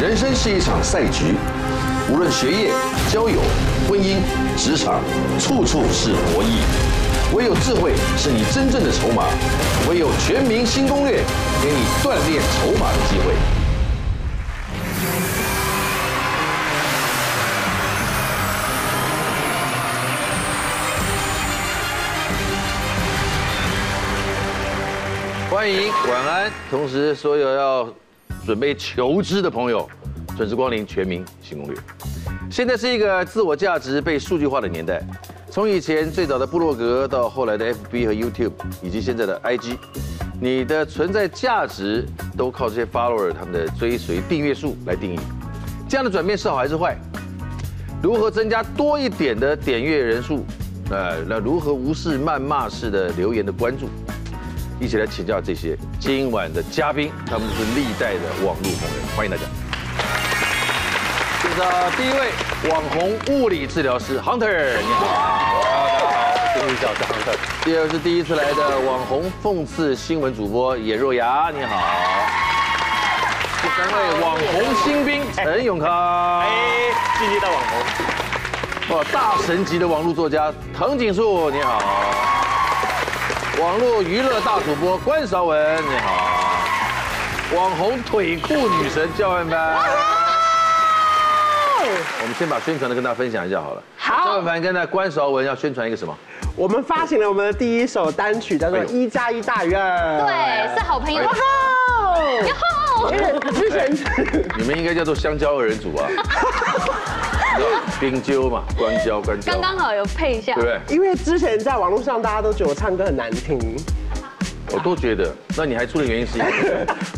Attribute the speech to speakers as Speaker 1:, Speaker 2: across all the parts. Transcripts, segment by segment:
Speaker 1: 人生是一场赛局，无论学业、交友、婚姻、职场，处处是博弈。唯有智慧是你真正的筹码，唯有全民新攻略，给你锻炼筹码的机会。欢迎晚安，同时所有要准备求知的朋友，准时光临全民新攻略。现在是一个自我价值被数据化的年代，从以前最早的部落格到后来的 FB 和 YouTube，以及现在的 IG，你的存在价值都靠这些 follower 他们的追随订阅数来定义。这样的转变是好还是坏？如何增加多一点的点阅人数？呃，那如何无视谩骂式的留言的关注？一起来请教这些今晚的嘉宾，他们是历代的网络红人，欢迎大家。介绍第一位网红物理治疗师 Hunter，你好。
Speaker 2: 物理小张的，
Speaker 1: 第二是第一次来的网红讽刺新闻主播野若牙，你好。第三位网红新兵陈永康，
Speaker 2: 哎，进阶到网红，
Speaker 1: 哇，哦大神级的网络作家藤井树，你好；网络娱乐大主播关韶文，你好；网红腿裤女神教万帆。我们先把宣传的跟大家分享一下好了。
Speaker 3: 哦好
Speaker 1: 教万帆跟那关韶文要宣传一个什么？
Speaker 4: 我们发行了我们的第一首单曲，叫做
Speaker 1: 哎
Speaker 4: 《
Speaker 1: 呦
Speaker 4: 一加一大于二》。
Speaker 3: 对，是好朋友。
Speaker 4: 哦。
Speaker 3: 哟
Speaker 4: 之前
Speaker 1: 你们应该叫做香蕉二人组 啊，你知道冰揪嘛，关蕉关蕉，
Speaker 3: 刚刚好有配一下
Speaker 1: 对不，对？
Speaker 4: 因为之前在网络上大家都觉得我唱歌很难听，
Speaker 1: 我都觉得，那你还出的原因是因为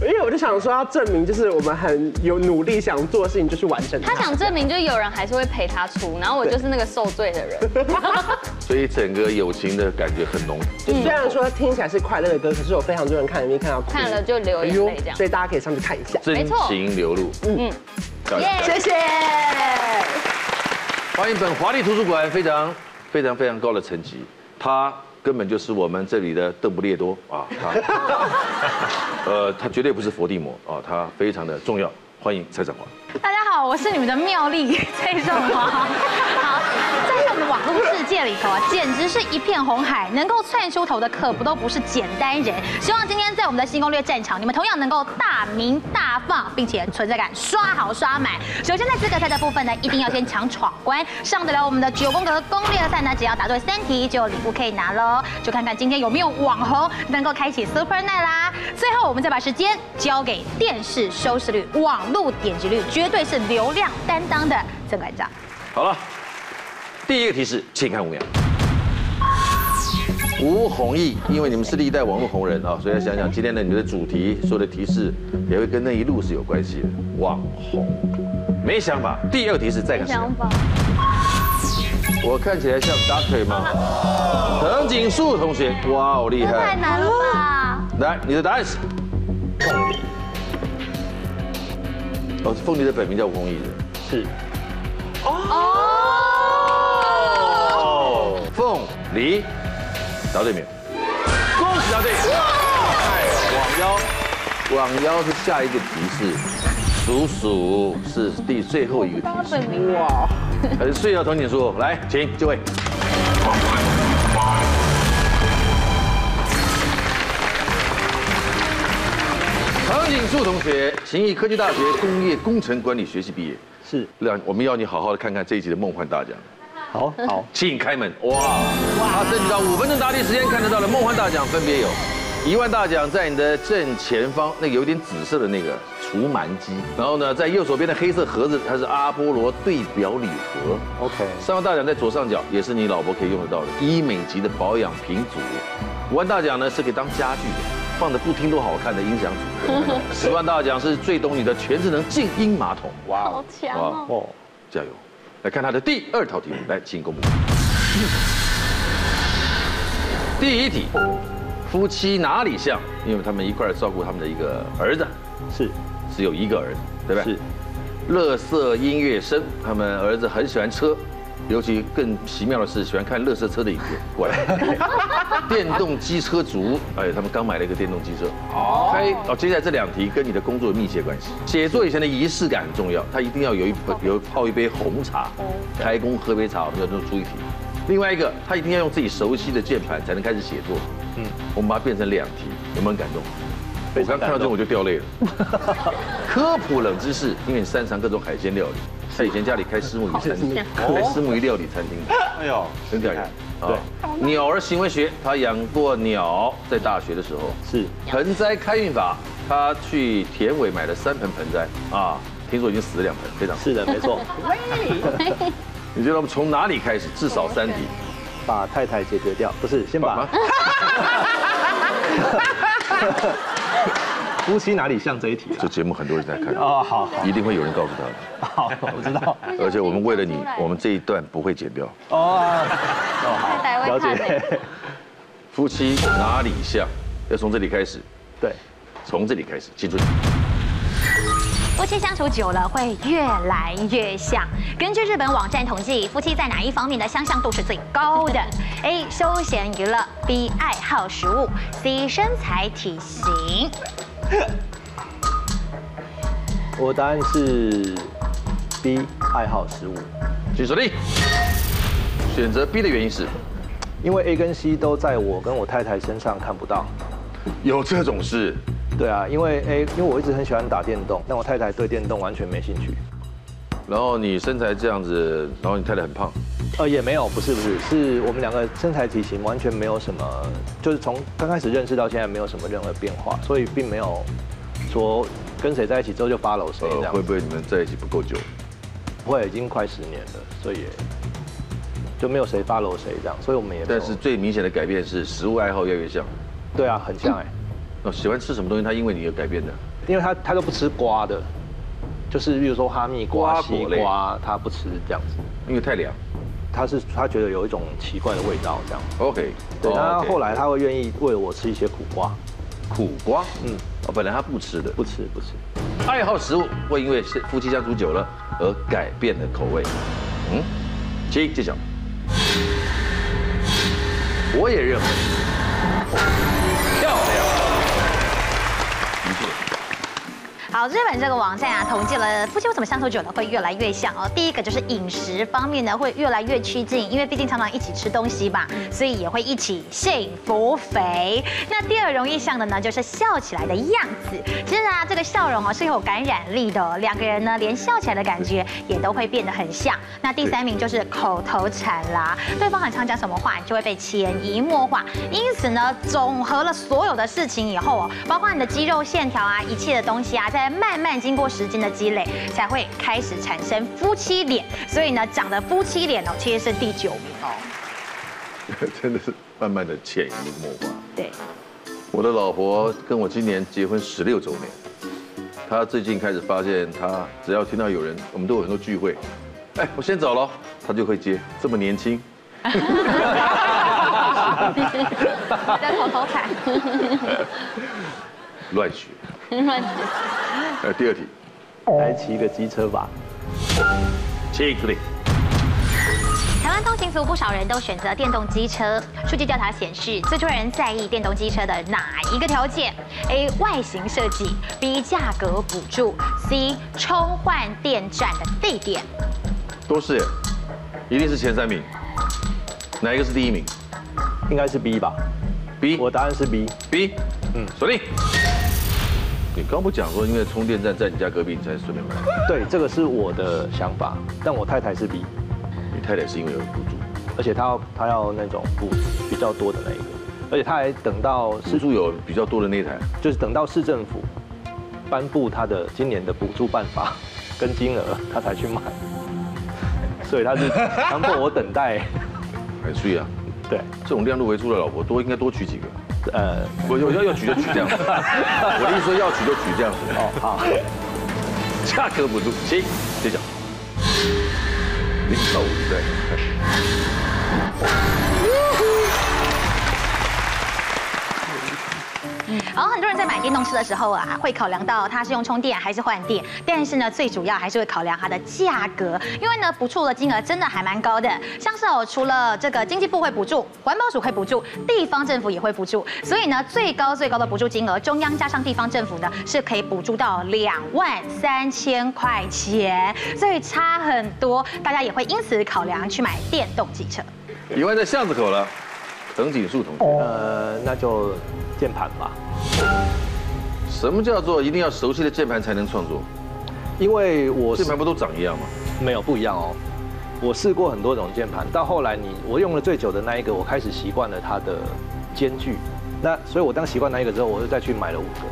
Speaker 4: 因为我就想说要证明，就是我们很有努力想做的事情，就是完成它
Speaker 3: 他。想证明就是有人还是会陪他出，然后我就是那个受罪的人。
Speaker 1: 所以整个友情的感觉很浓。
Speaker 4: 就
Speaker 3: 嗯
Speaker 4: 虽然说听起来是快乐的歌，可是有非常多人看 MV 看到哭
Speaker 3: 看了，就流眼泪这样
Speaker 4: 所。以大家可以上去看一下。
Speaker 1: 真情流露。嗯
Speaker 3: 嗯，
Speaker 4: 哎谢谢。
Speaker 1: 欢迎本华丽图书馆非常非常非常高的层级，他根本就是我们这里的邓布利多啊， 他呃他绝对不是伏地魔啊，他非常的重要。欢迎蔡展华，
Speaker 5: 大家好，我是你们的妙丽蔡仲华。啊 好，在这个网络世界里头啊，简直是一片红海，能够窜出头的可不都不是简单人。希望今天在我们的新攻略战场，你们同样能够大名大放，并且存在感刷好刷满。首先在资格赛的部分呢，一定要先抢闯关，上得了我们的九宫格攻略赛呢，只要答对三题就有礼物可以拿喽。就看看今天有没有网红能够开启 Super Night 啦。最后我们再把时间交给电视收视率、网络点击率，绝对是流量担当的郑馆长。
Speaker 1: 好了，第一个提示，请看五秒。吴弘毅，因为你们是历代网络红人啊，所以要想想今天的你们的主题，所有的提示也会跟那一路是有关系的。网红，没想法。第二个提示再看十秒
Speaker 3: 想法，
Speaker 1: 我看起来像 Doctor 吗？藤井树同学，哇，好厉
Speaker 3: 太
Speaker 1: 害！
Speaker 3: 难了吧？
Speaker 1: 来，你的答案是凤梨。哦，凤梨的本名叫吴弘毅的。
Speaker 2: 是
Speaker 3: 哦，
Speaker 1: 哦，凤梨，答对没有？恭喜答对！哎，网妖，网妖是下一个提示，鼠鼠是第最后一个提示。
Speaker 4: 哇，
Speaker 1: 很睡啊，藤井树，来，请就位。藤井树同学，勤益科技大学工业工程管理学系毕业。
Speaker 2: 是，
Speaker 1: 让我们要你好好的看看这一集的梦幻大奖，
Speaker 2: 好好，
Speaker 1: 请开门。哇，哇，争取到五分钟答题时间，看得到的梦幻大奖分别有。一万大奖在你的正前方，那个有点紫色的那个除螨机，然后呢，在右手边的黑色盒子，它是阿波罗对表礼盒。
Speaker 2: OK
Speaker 1: 三万大奖在左上角，也是你老婆可以用得到的医美级的保养品组。五万大奖呢是可以当家具的，放着不听都好看的音响组 合。十万大奖是最懂你的全智能静音马桶。
Speaker 3: 好强哦！
Speaker 1: 哇，
Speaker 2: 哦，
Speaker 1: 加油！来看他的第二套题目，来，请公布。第一题，夫妻哪里像？因为他们一块儿照顾他们的一个儿子，
Speaker 2: 是
Speaker 1: 只有一个儿子，对不对？
Speaker 2: 是
Speaker 1: 乐色音乐声，他们儿子很喜欢车，尤其更奇妙的是，喜欢看乐色车的影片，果然，电动机车族，哎，他们刚买了一个电动机车。哦，开哦，接下来这两题跟你的工作有密切关系。写作以前的仪式感很重要，他一定要有一盆有泡一杯红茶，开工喝杯茶，我们要弄出一题。另外一个，他一定要用自己熟悉的键盘才能开始写作。嗯，我们把它变成两题，有没有很感动？我
Speaker 2: 非
Speaker 1: 刚
Speaker 2: 常
Speaker 1: 看到
Speaker 2: 感动
Speaker 1: 这个我就掉 泪了。科普冷知识，因为你擅长各种海鲜料理，在以前家里开虱目鱼餐厅，开虱目鱼料理餐厅的，
Speaker 2: 哦哎呦，
Speaker 1: 很屌人
Speaker 2: 对
Speaker 1: 啊。鸟儿行为学，他养过鸟，在大学的时候
Speaker 2: 是
Speaker 1: 盆栽开运法，他去田尾买了三盆盆栽啊，听说已经死了两盆，非常。
Speaker 2: 是的，没错，
Speaker 1: 你觉得我们从哪里开始？至少三题，
Speaker 2: 把太太解决掉，不是先把
Speaker 1: 啊
Speaker 2: 夫妻哪里像这一题啊？
Speaker 1: 这节目很多人在看，
Speaker 2: 哦，好好
Speaker 1: 一定会有人告诉他
Speaker 2: 好，我知道。
Speaker 1: 的。而且我们为了你，我们这一段不会剪掉。
Speaker 2: 哦，
Speaker 3: 太太
Speaker 2: 了
Speaker 3: 会看的。
Speaker 2: 解，
Speaker 1: 夫妻哪里像？要从这里开始，
Speaker 2: 对，
Speaker 1: 从这里开始，记住。
Speaker 5: 夫妻相处久了会越来越像。根据日本网站统计，夫妻在哪一方面的相像度是最高的？A. 休闲娱乐，B. 爱好食物，C. 身材体型。
Speaker 2: 我答案是 B，爱好食物，
Speaker 1: 举手令。选择 B 的原因是
Speaker 2: 因为 A 跟 C 都在我跟我太太身上看不到。
Speaker 1: 有这种事，
Speaker 2: 对啊，因为 A，因为我一直很喜欢打电动，但我太太对电动完全没兴趣。
Speaker 1: 然后你身材这样子，然后你太太很胖，
Speaker 2: 呃，也没有，不是不是，是我们两个身材体型完全没有什么，就是从刚开始认识到现在没有什么任何变化，所以并没有说跟谁在一起之后就 follow 谁这
Speaker 1: 呃，
Speaker 2: 样
Speaker 1: 会
Speaker 2: 子。
Speaker 1: 不会你们在一起不够久？
Speaker 2: 不会已经快十年了，所以也就没有谁 follow 谁这样，所以我们也没有
Speaker 1: 但是最明显的改变是食物爱好越来越像。
Speaker 2: 对啊，很像哎、
Speaker 1: 哦，喜欢吃什么东西，他因为你而改变的。
Speaker 2: 因为他他都不吃瓜的，就是比如说哈密
Speaker 1: 瓜
Speaker 2: 瓜、
Speaker 1: 果
Speaker 2: 西
Speaker 1: 类
Speaker 2: 瓜，他不吃这样子，
Speaker 1: 因为太凉。
Speaker 2: 他是他觉得有一种奇怪的味道这样。
Speaker 1: OK，
Speaker 2: 对，
Speaker 1: 哦
Speaker 2: 那
Speaker 1: OK
Speaker 2: 后来他会愿意喂我吃一些苦瓜，
Speaker 1: 苦瓜，嗯
Speaker 2: 嗯，
Speaker 1: 哦，本来他不吃的，
Speaker 2: 不吃不吃。
Speaker 1: 爱好食物会因为是夫妻相处久了而改变的口味。嗯，请揭晓。我也认为，漂亮，的确，
Speaker 5: 好，日本这个网站啊，统计了夫妻为什么相处久了会越来越像哦。第一个就是饮食方面呢，会越来越趋近，因为毕竟常常一起吃东西嘛，所以也会一起幸福肥。那第二容易像的呢，就是笑起来的样子。其实啊，这个笑容哦是有感染力的哦、两个人呢连笑起来的感觉也都会变得很像。那第三名就是口头禅啦，对方很常讲什么话，你就会被潜移默化。因此呢，总和了所有的事情以后哦，包括你的肌肉线条啊，一切的东西啊，在慢慢经过时间的积累，才会开始产生夫妻脸。所以呢，长得夫妻脸哦，其实是第九名哦。
Speaker 1: 真的是慢慢的潜移默化。
Speaker 5: 对，
Speaker 1: 我的老婆跟我今年结婚十六周年，她最近开始发现，她只要听到有人，我们都有很多聚会，哎，我先走了，她就会接，这么年轻，
Speaker 5: 在口头禅。
Speaker 1: 乱学。呃，第二题，
Speaker 2: 来骑一个机车吧。
Speaker 1: 请起立。
Speaker 5: 台湾通勤族不少人都选择电动机车。数据调查显示，最多人在意电动机车的哪一个条件？A. 外形设计，B. 价格补助，C. 充换电站的地点。
Speaker 1: 都是耶，一定是前三名。哪一个是第一名
Speaker 2: 应该是 B 吧，
Speaker 1: ？B，
Speaker 2: 我答案是 B。
Speaker 1: B，嗯，锁定。你刚不讲说，因为充电站在你家隔壁，你才顺便买。
Speaker 2: 对，这个是我的想法，但我太太是 B，
Speaker 1: 你太太是因为有补助，
Speaker 2: 而且她要她要那种补比较多的那一个，而且她还等到
Speaker 1: 补
Speaker 2: 市
Speaker 1: 助有比较多的那一台，
Speaker 2: 就是等到市政府颁布她的今年的补助办法 跟金额，她才去买，所以她是强迫我等待。
Speaker 1: 很碎啊。
Speaker 2: 对，
Speaker 1: 这种量入为出的老婆多，应该多娶几个。
Speaker 2: 呃，
Speaker 1: 我我要要娶就娶这样子，我的意思说要娶就娶这样子。
Speaker 2: 哦好，
Speaker 1: 价格补助，行，揭晓。零到五对。
Speaker 5: 然后很多人在买电动车的时候啊，会考量到它是用充电还是换电，但是呢，最主要还是会考量它的价格，因为呢，补助的金额真的还蛮高的。像是哦，除了这个经济部会补助，环保署会补助，地方政府也会补助，所以呢，最高最高的补助金额，中央加上地方政府呢，是可以补助到两万三千块钱，所以差很多，大家也会因此考量去买电动机车。
Speaker 1: 以外在巷子口了，藤井树同学，
Speaker 2: 呃，那就键盘吧，
Speaker 1: 什么叫做一定要熟悉的键盘才能创作？
Speaker 2: 因为我是
Speaker 1: 键盘不都长一样吗？
Speaker 2: 没有不一样哦。我试过很多种键盘，到后来你我用了最久的那一个，我开始习惯了它的间距。那所以，我当习惯那一个之后，我就再去买了五个，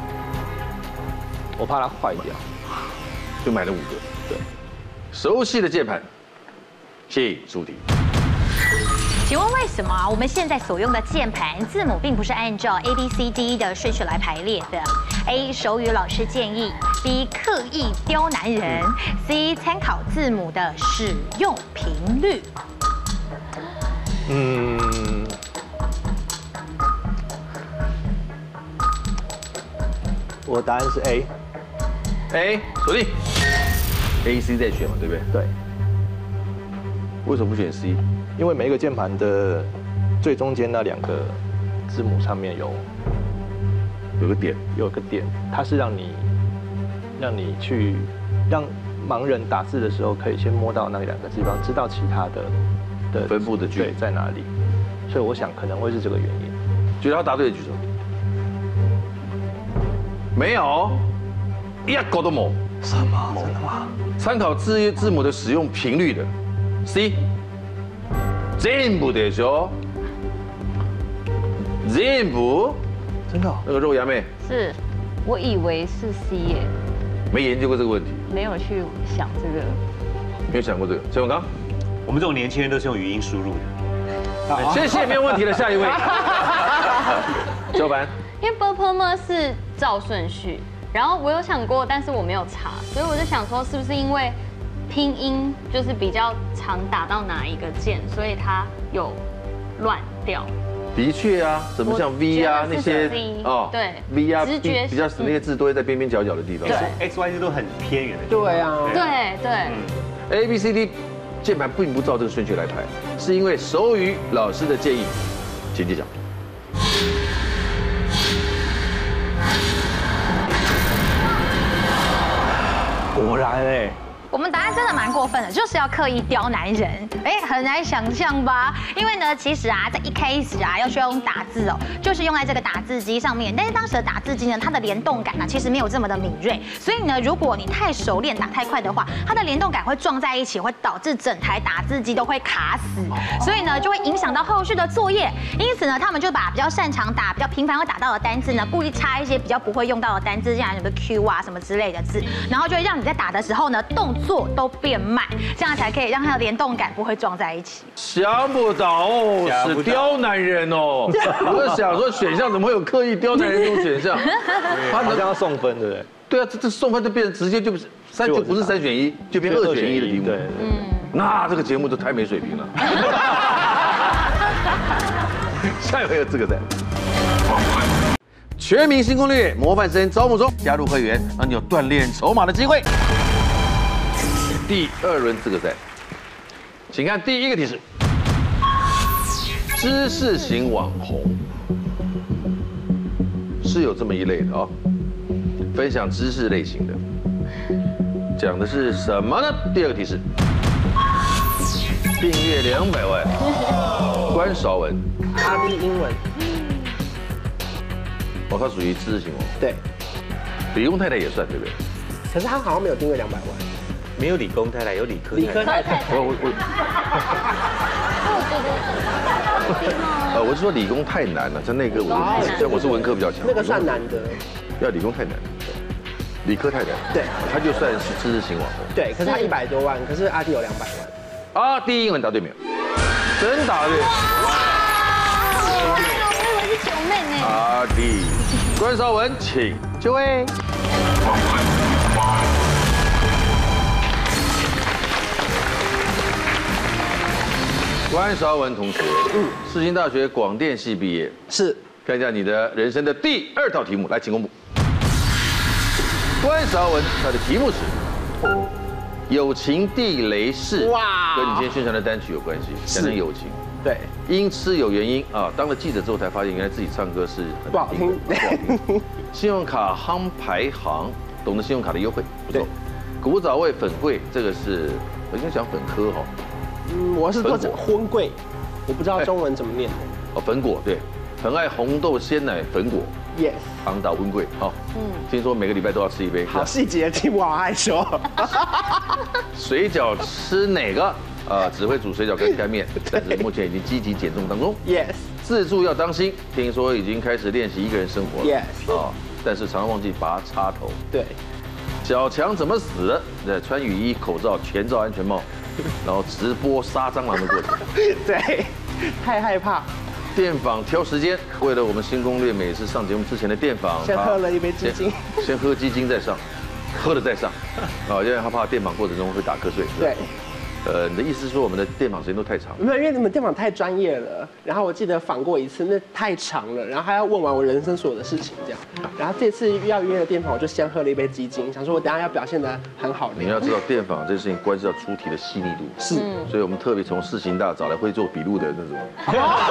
Speaker 2: 我怕它坏掉。
Speaker 1: 就买了五个。对，熟悉的键盘，请出题。
Speaker 5: 请问为什么啊我们现在所用的键盘字母并不是按照 A B C D E 的顺序来排列的？A. 手语老师建议；B. 刻意刁难人；C. 参考字母的使用频率。
Speaker 2: 嗯，我答案是 A。
Speaker 1: 哎，锁定。A、C 在选嘛，对不对？
Speaker 2: 对，
Speaker 1: 为什么不选 C？
Speaker 2: 因为每一个键盘的最中间那两个字母上面有
Speaker 1: 有个点，
Speaker 2: 有个点，它是让你让你去让盲人打字的时候可以先摸到那两个地方，知道其他的的
Speaker 1: 分布的距离
Speaker 2: 对在哪里。所以我想可能会是这个原因。
Speaker 1: 觉得他答对的举手。没有，一个都冇。
Speaker 2: 什么？真的吗？
Speaker 1: 参考字字母的使用频率的 C，全部でしょ？全部？
Speaker 2: 真的哦、
Speaker 1: 那个肉芽妹
Speaker 6: 是，我以为是 C 耶，
Speaker 1: 没研究过这个问题，
Speaker 6: 没有去想这个。
Speaker 1: 没有想过这个。谢永刚，
Speaker 7: 我们这种年轻人都是用语音输入的。
Speaker 1: 谢谢，没有问题了。下 一位，小凡，
Speaker 3: 因为 Purple 呢是照顺序，然后我有想过，但是我没有查，所以我就想说，是不是因为拼音就是比较常打到哪一个键，所以它有乱掉？
Speaker 1: 的确啊，怎么像
Speaker 3: 我
Speaker 1: V 啊
Speaker 3: 觉
Speaker 1: 那
Speaker 3: 得是
Speaker 1: 些
Speaker 3: 选 V，对
Speaker 1: ，V 啊
Speaker 3: 直觉
Speaker 1: 比比较那些字都会在边边角角的地方。
Speaker 3: 对
Speaker 7: X Y Z 都很偏远的地方。
Speaker 4: 对啊，
Speaker 3: 对对，
Speaker 1: A B C D 键盘并不照这个顺序来排，是因为手语老师的建议，请揭晓。
Speaker 2: 果然哎、
Speaker 5: 我们答案真的蛮过分的，就是要刻意刁难人，哎，很难想象吧？因为呢，其实啊，在一开始啊，要去用打字哦，就是用在这个打字机上面。但是当时的打字机呢，它的联动感呢、啊其实没有这么的敏锐，所以呢，如果你太熟练打太快的话，它的联动感会撞在一起，会导致整台打字机都会卡死，所以呢，就会影响到后续的作业。因此呢，他们就把比较擅长打、比较频繁会打到的单字呢，故意插一些比较不会用到的单字，像什么 Q 啊什么之类的字，然后就会让你在打的时候呢，动作都变慢，这样才可以让它的联动感不会撞在一起。
Speaker 1: 想不到哦，
Speaker 7: 想
Speaker 1: 是
Speaker 7: 不到
Speaker 1: 刁难人哦。 我在想说选项怎么会有刻意刁难人这种 选项？他
Speaker 2: 好
Speaker 1: 能
Speaker 2: 像要送分对不对？
Speaker 1: 对啊，这这送分就变成直接就不是三就不是三选一，就变二选一的题目
Speaker 2: 对。对对
Speaker 1: 那这个节目就太没水 平了。下一位有资格赛。全明星攻略模范生招募中，加入会员让你有锻炼筹码的机会。第二轮资格赛，请看第一个提示：知识型网红是有这么一类的哦，分享知识类型的，讲的是什么呢？第二个提示。订阅两百万，关韶文，
Speaker 4: 阿 B 英文，
Speaker 1: 哦，他属于知识型哦，
Speaker 4: 对，
Speaker 1: 理工太太也算对不对？
Speaker 4: 可是他好像没有订阅两百万，
Speaker 7: 没有理工太太，有理科
Speaker 4: 理
Speaker 7: 太
Speaker 4: 科
Speaker 7: 太。
Speaker 4: 太太，
Speaker 1: 我我我，呃，我是说理工太难了，像那个我，像我是文科比较
Speaker 7: 嗯
Speaker 1: 强，
Speaker 4: 哦那个算难的，
Speaker 1: 要理工太难，理科太难，
Speaker 4: 对
Speaker 1: 他就算是知识型网红。
Speaker 4: 对，可是他一百多万，可是阿 D 有两百万，
Speaker 1: 啊，第一英文答对没有？真答对。
Speaker 5: 哎
Speaker 3: 我以为是九妹呢。
Speaker 1: 阿弟，关韶文，请就位。关韶文同学，世新大学广电系毕业，
Speaker 4: 是
Speaker 1: 看一下你的人生的第二道题目，来，请公布。关韶文，他的题目是《友情地雷式》，
Speaker 4: 哇
Speaker 1: 跟你今天宣传的单曲有关系，讲的友情。
Speaker 4: 对，
Speaker 1: 因吃有原因啊！当了记者之后才发现，原来自己唱歌是很
Speaker 4: 不好听
Speaker 1: 不好听。信用卡夯排行，懂得信用卡的优惠，不错
Speaker 4: 对。
Speaker 1: 古早味粉桂，这个是我应该讲粉科哈、
Speaker 4: 嗯，我是做
Speaker 1: 粉果
Speaker 4: 婚柜，我不知道中文怎么念。
Speaker 1: 哦，粉果对，很爱红豆鲜奶粉果，
Speaker 4: Yes，
Speaker 1: 昂达温桂好。嗯，听说每个礼拜都要吃一杯。
Speaker 4: 好
Speaker 1: 是吧
Speaker 4: 细节，听我好害羞。
Speaker 1: 水饺吃哪个？啊，只会煮水饺跟干 面，但是目前已经积极减重当中。
Speaker 4: Yes，Yes，
Speaker 1: 自助要当心，听说已经开始练习一个人生活了。
Speaker 4: Yes
Speaker 1: 啊，但是常常忘记拔插头。
Speaker 4: 对，
Speaker 1: 小强怎么死的？对，穿雨衣、口罩、全罩安全 帽，然后直播杀蟑螂的过程。
Speaker 4: 对，太害怕，
Speaker 1: 电访挑时间，为了我们新攻略，每次上节目之前的电访，
Speaker 4: 先
Speaker 1: 他
Speaker 4: 喝了一杯鸡精
Speaker 1: 先，先喝鸡精再上，喝了再 上，啊，因为他怕电访过程中会打瞌睡。
Speaker 4: 对。嗯
Speaker 1: 呃，你的意思是说我们的电访时间都太长了？
Speaker 4: 没有，因为你们电访太专业了。然后我记得访过一次，那太长了，然后还要问完我人生所有的事情这样。然后这次要约的电访，我就先喝了一杯鸡精，想说我等一下要表现得很好
Speaker 1: 你
Speaker 4: 的。
Speaker 1: 要知道，电访这事情关系到出题的细腻度，是，
Speaker 5: 嗯
Speaker 1: 所以我们特别从事情大找来会做笔录的那种，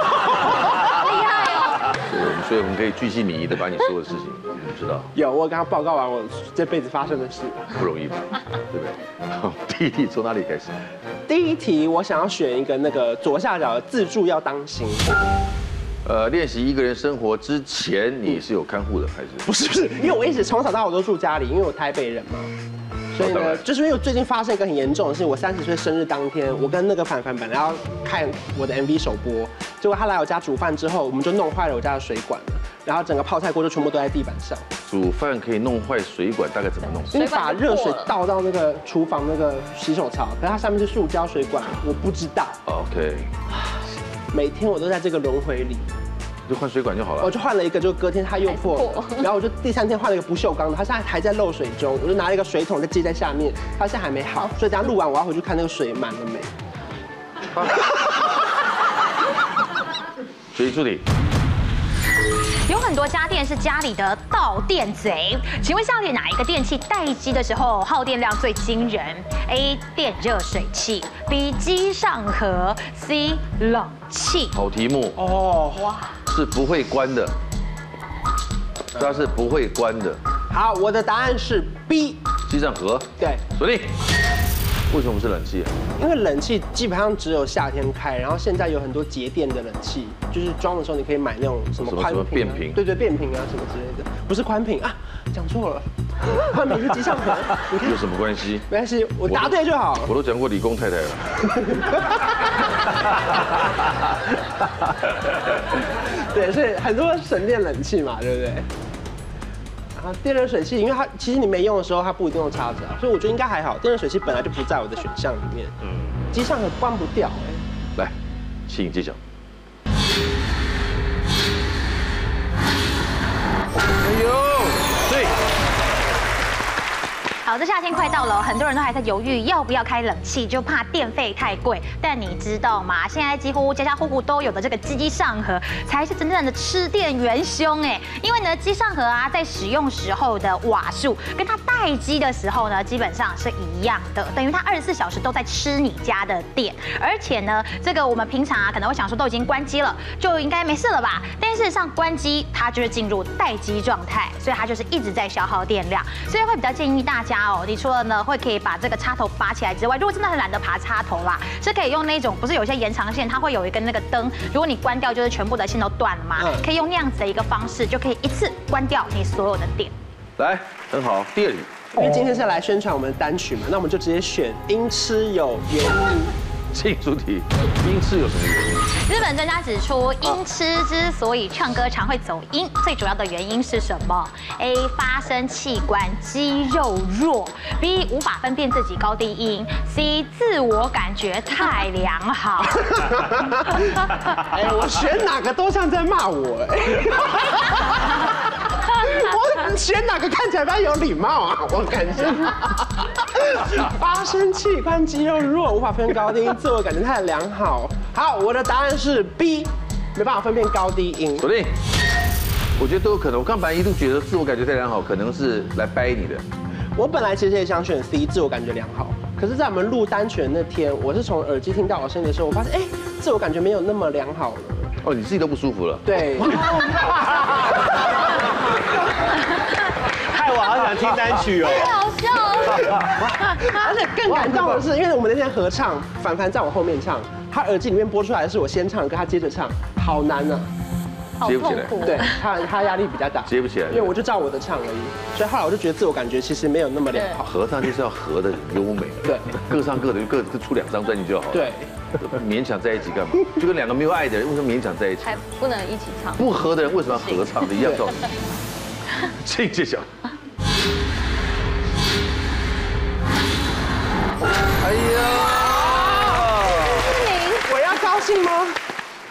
Speaker 5: 厉害哦。
Speaker 1: 所以我们所以我们可以据细靡遗的把你所有的事情，你知道。
Speaker 4: 有，我刚刚报告完我这辈子发生的事。
Speaker 1: 不容易吧？对不对？ 好，弟弟从哪里开始？
Speaker 4: 第一题，我想要选一个那个左下角的自助要当心，
Speaker 1: 呃，练习一个人生活之前，你是有看护的还是？
Speaker 4: 不是不是，因为我一直从小到大我都住家里，因为我台北人嘛。所以
Speaker 1: 哦当
Speaker 4: 呢，
Speaker 1: 然
Speaker 4: 就是因为我最近发生一个很严重的事情，我三十岁生日当天，我跟那个凡凡本来要看我的 MV 首播，结果他来我家煮饭之后，我们就弄坏了我家的水管了，然后整个泡菜锅就全部都在地板上，
Speaker 1: 煮饭可以弄坏水管，大概怎么弄？
Speaker 4: 因为
Speaker 3: 管
Speaker 4: 把
Speaker 3: 就
Speaker 4: 热
Speaker 3: 破
Speaker 4: 水
Speaker 3: 了
Speaker 4: 倒到那个厨房那个洗手槽，可是它上面是塑胶水管，我不知道，
Speaker 1: OK，
Speaker 4: 每天我都在这个轮回里。
Speaker 1: 就换水管就好
Speaker 4: 我
Speaker 1: 了。
Speaker 4: 就换了一个，就隔天它又破了，然后我就第三天换了一个不锈钢的，它现在还在漏水中，我就拿了一个水桶再接在下面，它现在还没好，所以等下录完我要回去看那个水满了没。
Speaker 1: 所以助理，
Speaker 5: 有很多家电是家里的盗电贼，请问下列哪一个电器待机的时候耗电量最惊人？A. 电热水器，B. 机上盒，C. 冷气。
Speaker 1: 好题目哦，是不会关的，它是不会关的，
Speaker 4: 好，我的答案是 B，
Speaker 1: 机上盒，
Speaker 4: 对，
Speaker 1: 锁定。为什么不是冷气？啊
Speaker 4: 因为冷气基本上只有夏天开，然后现在有很多节电的冷气，就是装的时候你可以买那种什么
Speaker 1: 什么
Speaker 4: 宽
Speaker 1: 什
Speaker 4: 屏、
Speaker 1: 么
Speaker 4: 啊、
Speaker 1: 变频
Speaker 4: 对对变频啊什么之类的，不是宽屏啊，讲错了， 宽屏是机上盒， 你看
Speaker 1: 有什么关系？
Speaker 4: 没关系，我答对就好。
Speaker 1: 我都讲过理工太太了。
Speaker 4: 对，所以很多省电冷气嘛，对不对？然后电热水器，因为它其实你没用的时候，它不一定用插着啊，所以我觉得应该还好。电热水器本来就不在我的选项里面，嗯，机上盒关不掉哎、
Speaker 1: 来，请揭晓。哎呦，对，
Speaker 5: 好，这夏天快到了，很多人都还在犹豫要不要开冷气，就怕电费太贵。但你知道吗？现在几乎家家户户都有的这个机上盒，才是真正的吃电元凶哎。因为呢，机上盒啊，在使用时候的瓦数跟它待机的时候呢，基本上是一样的，等于它二十四小时都在吃你家的电。而且呢，这个我们平常啊，可能会想说都已经关机了，就应该没事了吧？但事实上，关机它就是进入待机状态，所以它就是一直在消耗电量。所以会比较建议大家哦，你除了呢会可以把这个插头拔起来之外，如果真的很懒得拔插头啦，是可以用那种不是有些延长线，它会有一根那个灯，如果你关掉，就是全部的线都断了嘛
Speaker 4: 嗯，
Speaker 5: 可以用那样子的一个方式，就可以一次关掉你所有的电。
Speaker 1: 来，很好。第二题，
Speaker 4: 因为今天是来宣传我们的单曲嘛，那我们就直接选因吃有原因。
Speaker 1: 请出题，音痴有什么原因？
Speaker 5: 日本专家指出，音痴之所以唱歌常会走音，最主要的原因是什么？A. 发声器官肌肉弱；B. 无法分辨自己高低音；C. 自我感觉太良好。
Speaker 4: 哎、我选哪个都像在骂我哎、我选哪个看起来比较有礼貌啊？我感觉发声器官肌肉弱，无法分辨高低音，自我感觉太良好。好，我的答案是 B，没办法分辨高低音。
Speaker 1: 锁定。我觉得都有可能。我刚本来一度觉得自我感觉太良好，可能是来掰你的。
Speaker 4: 我本来其实也想选 C，自我感觉良好。可是，在我们录单曲的那天，我是从耳机听到我声音的时候，我发现，哎，自我感觉没有那么良好了。
Speaker 1: 哦，你自己都不舒服了。
Speaker 4: 对，
Speaker 7: 害我好想听单曲哦。
Speaker 3: 好笑哦，
Speaker 4: 而且更感动的是，因为我们那天合唱，凡凡在我后面唱，他耳机里面播出来的是我先唱，跟他接着唱，好 难啊。
Speaker 3: 好
Speaker 1: 接不
Speaker 3: 痛
Speaker 1: 起来
Speaker 3: 苦。
Speaker 4: 对他，他压力比较大，
Speaker 1: 接不起来
Speaker 4: 因为我就照我的唱而已。所以后来我就觉得自我感觉其实没有那么良好。
Speaker 1: 合唱就是要合的优美，
Speaker 4: 对，
Speaker 1: 各唱各的，就各自出两张专辑就好了。
Speaker 4: 对，
Speaker 1: 勉强在一起干嘛？就跟两个没有爱的人，为什么勉强在一起？
Speaker 4: 哎
Speaker 3: 还哎不能一起唱。
Speaker 1: 不合的人为什么要合唱的一样道理？请揭晓。哎呀，
Speaker 4: 我要高兴吗？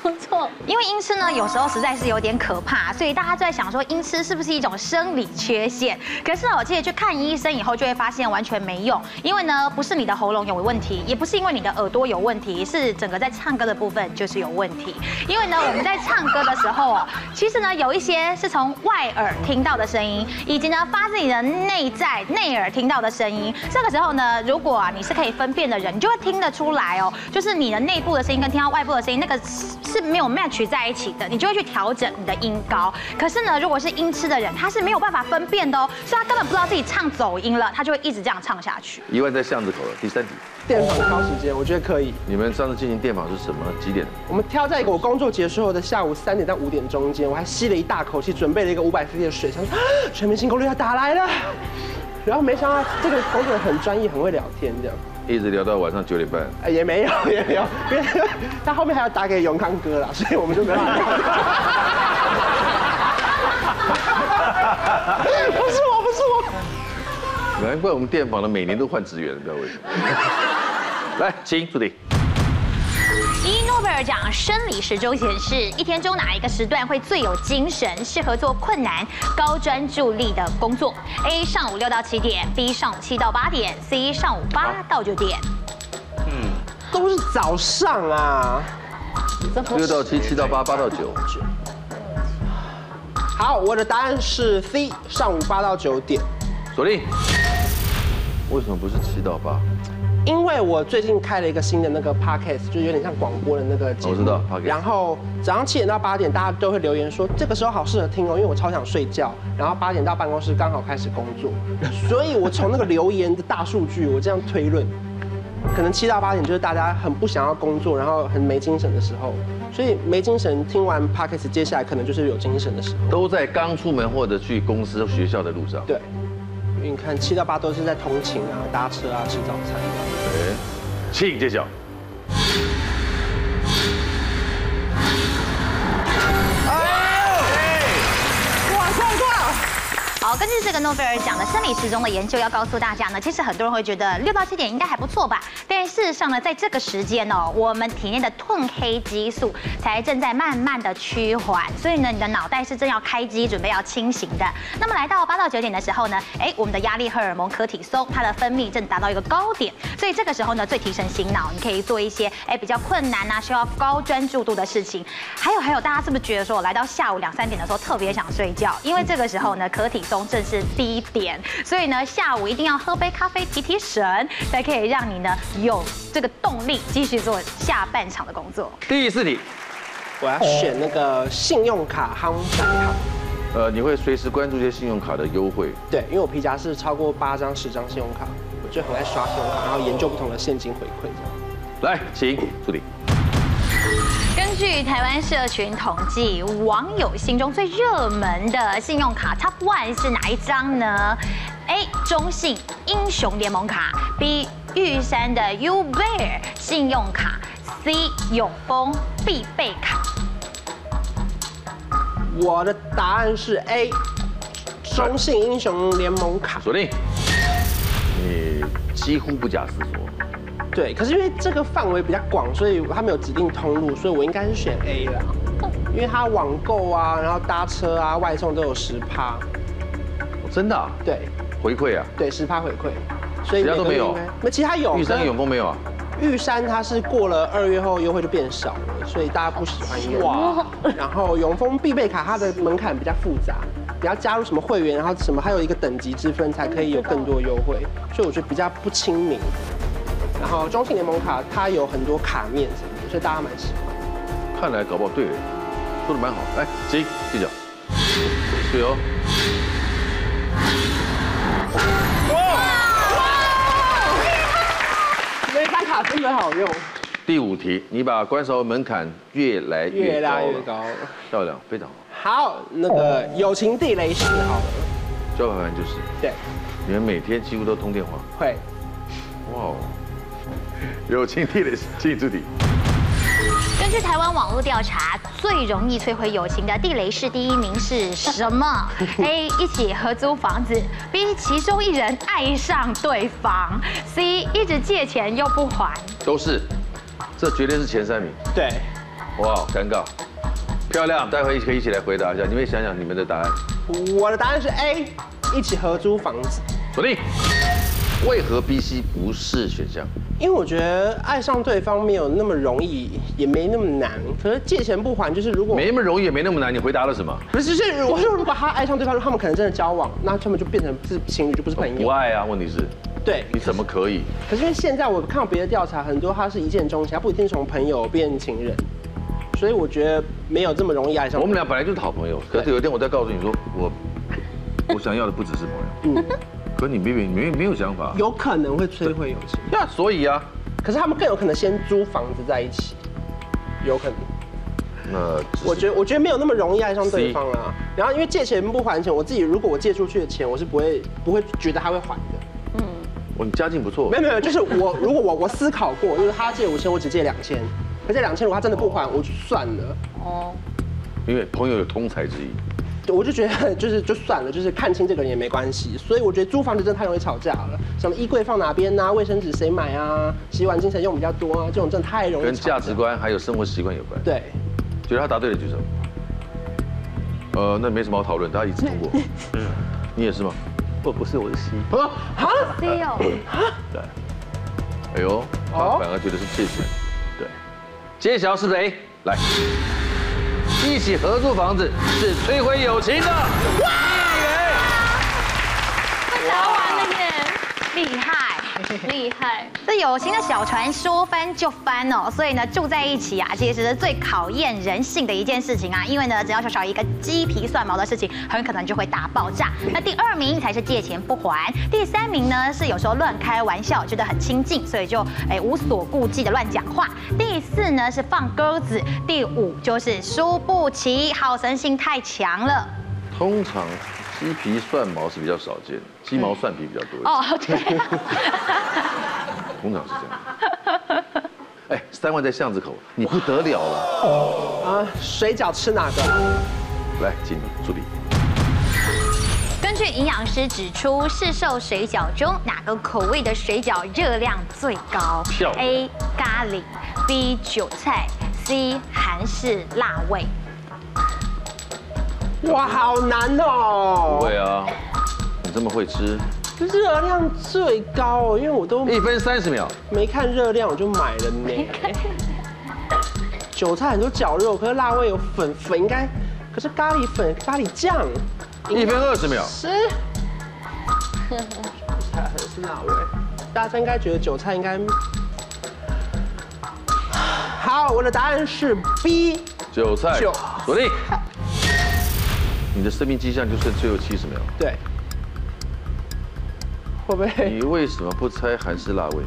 Speaker 3: 不错，
Speaker 5: 因为音痴呢，有时候实在是有点可怕，所以大家就在想说，音痴是不是一种生理缺陷？可是呢我记得去看医生以后，就会发现完全没用，因为呢，不是你的喉咙有问题，也不是因为你的耳朵有问题，是整个在唱歌的部分就是有问题。因为呢，我们在唱歌的时候哦，其实呢，有一些是从外耳听到的声音，以及呢，发自你的内在内耳听到的声音。这个时候呢，如果啊你是可以分辨的人，你就会听得出来哦，就是你的内部的声音跟听到外部的声音那个是是没有 match 在一起的，你就会去调整你的音高。可是呢，如果是音痴的人，他是没有办法分辨的哦，所以他根本不知道自己唱走音了，他就会一直这样唱下去。
Speaker 1: 一万在巷子口了。第三题，
Speaker 4: 电访超时间，我觉得可以。
Speaker 1: 你们上次进行电访是什么几点？
Speaker 4: 我们挑在一个我工作结束后的下午三点到五点中间，我还吸了一大口气，准备了一个五百 cc 的水，想说啊全民新攻略要打来了。然后没想到这个工作人很专业，很会聊天，这样。
Speaker 1: 一直聊到晚上九点半。
Speaker 4: 呃也没有，也没有，因为他后面还要打给永康哥啦， 所以我们就没办法聊。不是我，不是我。
Speaker 1: 难怪我们电访的每年都换职员，不知道为什么。 来，请出题。
Speaker 5: 依诺贝尔奖生理时钟显示，一天中哪一个时段会最有精神，适合做困难、高专注力的工作？A 上午六到七点，B 上午七到八点，C 上午八到九点。
Speaker 4: 都是早上啊。
Speaker 1: 六到七，七到八，八到九。
Speaker 4: 好，我的答案是 C，上午八到九点。
Speaker 1: 锁定。为什么不是七到八？
Speaker 4: 因为我最近开了一个新的那个 podcast，就有点像广播的那个节目。
Speaker 1: 哦我知道 podcast
Speaker 4: 然后早上七点到八点，大家都会留言说这个时候好适合听哦，因为我超想睡觉。然后八点到办公室刚好开始工 作，所以我从那个留言的大数据，我这样推论，可能七到八点就是大家很不想要工作，然后很没精神的时候。所以没精神，听完 podcast，接下来可能就是有精神的时候。
Speaker 1: 都在刚出门或者去公司、学校的路上。
Speaker 4: 对，因为你看七到八都是在通勤啊、搭车啊、吃早餐。
Speaker 1: 哎，请揭晓。
Speaker 5: 好，根据这个诺贝尔奖的生理时钟的研究，要告诉大家呢，其实很多人会觉得六到七点应该还不错吧，但事实上呢，在这个时间哦，我们体内的褪黑激素才正在慢慢的趋缓，所以呢，你的脑袋是正要开机，准备要清醒的。那么来到八到九点的时候呢，哎，我们的压力荷尔蒙可体松，它的分泌正达到一个高点，所以这个时候呢，最提神醒脑，你可以做一些哎比较困难啊，需要高专注度的事情。还有还有，大家是不是觉得说，我来到下午两三点的时候特别想睡觉？因为这个时候呢，可体松正是低点，所以呢，下午一定要喝杯咖啡提提神，才可以让你呢有这个动力继续做下半场的工作。
Speaker 1: 第四题，
Speaker 4: 我要选那个信用卡夯返卡。
Speaker 1: 呃，你会随时关注一些信用卡的优惠。
Speaker 4: 对，因为我皮夹是超过八张、十张信用卡，我就很爱刷信用卡，然后研究不同的现金回馈这样。
Speaker 1: 来，请助理。
Speaker 5: 根据台湾社群统计，网友心中最热门的信用卡 Top One 是哪一张呢？A. 中信英雄联盟卡，B. 玉山的 U 贝尔信用卡，C. 永丰必备卡。
Speaker 4: 我的答案是 A，中信英雄联盟卡。
Speaker 1: 锁定。你几乎不假思索。
Speaker 4: 对，可是因为这个范围比较广，所以它没有指定通路，所以我应该是选 A 啦。因为它网购啊，然后搭车啊、外送都有十趴，
Speaker 1: 哦真的、啊？
Speaker 4: 对
Speaker 1: 回馈啊？
Speaker 4: 对，十趴回馈，所
Speaker 1: 其他都
Speaker 4: 每个
Speaker 1: 没
Speaker 4: 月
Speaker 1: 有
Speaker 4: 应该那其他有，
Speaker 1: 玉山
Speaker 4: 可是
Speaker 1: 永丰没有啊？
Speaker 4: 玉山它是过了二月后优惠就变少了，所以大家不喜欢用。
Speaker 2: 哇
Speaker 4: 然后永丰必备卡它的门槛比较复杂，你要加入什么会员，然后什么还有一个等级之分才可以有更多优惠，所以我觉得比较不亲民。然后中信联盟卡它有很多卡面什么的，所以大家蛮喜欢。
Speaker 1: 看来搞不好对，说的蛮好。来，行，记者，对哦。
Speaker 4: 那张卡真的好用，
Speaker 1: 第五题，你把关少文门槛越来
Speaker 4: 越
Speaker 1: 越高
Speaker 4: 拉越
Speaker 1: 了
Speaker 4: 高了。
Speaker 1: 漂亮，非常好。
Speaker 4: 好，那个友情地雷式好了，
Speaker 1: 交牌完就是，
Speaker 4: 对，
Speaker 1: 你们每天几乎都通电话。
Speaker 4: 会。
Speaker 1: 哇哦，友情地雷记住你。
Speaker 5: 根据台湾网络调查，最容易摧毁友情的地雷式第一名是什么？A. 一起合租房子；B. 其中一人爱上对方；C. 一直借钱又不还。
Speaker 1: 都是，这绝对是前三名。
Speaker 4: 对，
Speaker 1: 哇，哦尴尬，漂亮，待会可以一起来回答一下，你们也想想你们的答案。
Speaker 4: 我的答案是 A，一起合租房子。
Speaker 1: 锁定。为何 B、C 不是选项？
Speaker 4: 因为我觉得爱上对方没有那么容易，也没那么难。可是借钱不还，就是如果
Speaker 1: 没那么容易，也没那么难。你回答了什么？
Speaker 4: 不是，就是我说如果他爱上对方，他们可能真的交往，那他们就变成是情侣，就不是朋
Speaker 1: 不
Speaker 4: 友。
Speaker 1: 爱啊？问题是，
Speaker 4: 对，
Speaker 1: 你怎么可以？
Speaker 4: 可是因为现在我看到别的调查，很多他是一见钟情，他不一定从朋友变情人，所以我觉得没有这么容易爱上。
Speaker 1: 我们俩本来就是好朋友，可是有一天我再告诉你说，我 我想要的不只是朋友。可你明明没没有想法。
Speaker 4: 有可能会摧毁友情，
Speaker 1: 那所以啊，
Speaker 4: 可是他们更有可能先租房子在一起，有可能。
Speaker 1: 那
Speaker 4: 我觉得我觉得没有那么容易爱上对
Speaker 1: C
Speaker 4: 方啦。然后因为借钱不还钱，我自己如果我借出去的钱，我是不会不会觉得他会还的。
Speaker 1: 哦我你家境不错
Speaker 4: 没，有没有，就是我 如果我我思考过，就是他借五千，我只借两千，可这两千如果他真的不
Speaker 1: 哦
Speaker 4: 还，我就算了，
Speaker 1: 因为朋友有通才之意。
Speaker 4: 我就觉得就是就算了，就是看清这个人也没关系。所以我觉得租房子真的太容易吵架了，什么衣柜放哪边呐、卫生纸谁买啊，洗碗精谁用比较多啊，这种真的太容易
Speaker 1: 跟
Speaker 4: 吵架
Speaker 1: 价值观还有生活习惯有关。，
Speaker 4: 对，
Speaker 1: 觉得他答对了举手。呃，那没什么好讨论，大家一致通 过。嗯，你也是吗？
Speaker 2: 不不是我是 C，
Speaker 1: 啊，
Speaker 3: C 哦，
Speaker 2: 对
Speaker 1: 哎呦，他
Speaker 4: 哦
Speaker 1: 反而觉得是借钱。
Speaker 2: 对，
Speaker 1: 揭晓是谁？来，一起合租房子是摧毁友情的。
Speaker 3: 答完了耶，厉害厉害，
Speaker 5: 这友情的小船说翻就翻哦，所以呢，住在一起啊，其实是最考验人性的一件事情啊。因为呢，只要小小一个鸡皮蒜毛的事情，很可能就会大爆炸。那第二名才是借钱不还，第三名呢是有时候乱开玩笑，觉得很亲近，所以就哎无所顾忌的乱讲话。第四呢是放鸽子，第五就是输不起，好胜心太强了。
Speaker 1: 通常鸡皮蒜毛是比较少见的，鸡毛蒜皮比较多一点。
Speaker 5: 哦，对、
Speaker 1: 通常是这样。哎，三万在巷子口，你不得了了。
Speaker 4: 啊，水饺吃哪个？
Speaker 1: 来，请助理。
Speaker 5: 根据营养师指出，市售水饺中哪个口味的水饺热量最高
Speaker 1: 漂亮
Speaker 5: ？A. 咖喱，B. 韭菜，C. 韩式辣味。
Speaker 4: 哇，好难哦、
Speaker 1: 对啊，你这么会吃，
Speaker 4: 就是热量最高哦，因为我都
Speaker 1: 一分三十秒。
Speaker 4: 没看热量我就买了呢。韭菜很多绞肉，可是辣味有粉粉应该，可是咖喱粉咖喱酱，
Speaker 1: 一分二十秒，
Speaker 4: 吃。韭菜很是辣味，大家应该觉得韭菜应该。好，我的答案是 B。
Speaker 1: 韭菜
Speaker 4: 韭，
Speaker 1: 锁定。你的生命迹象就剩最后七十秒，
Speaker 4: 对，会不会？
Speaker 1: 你为什么不猜韩式辣味？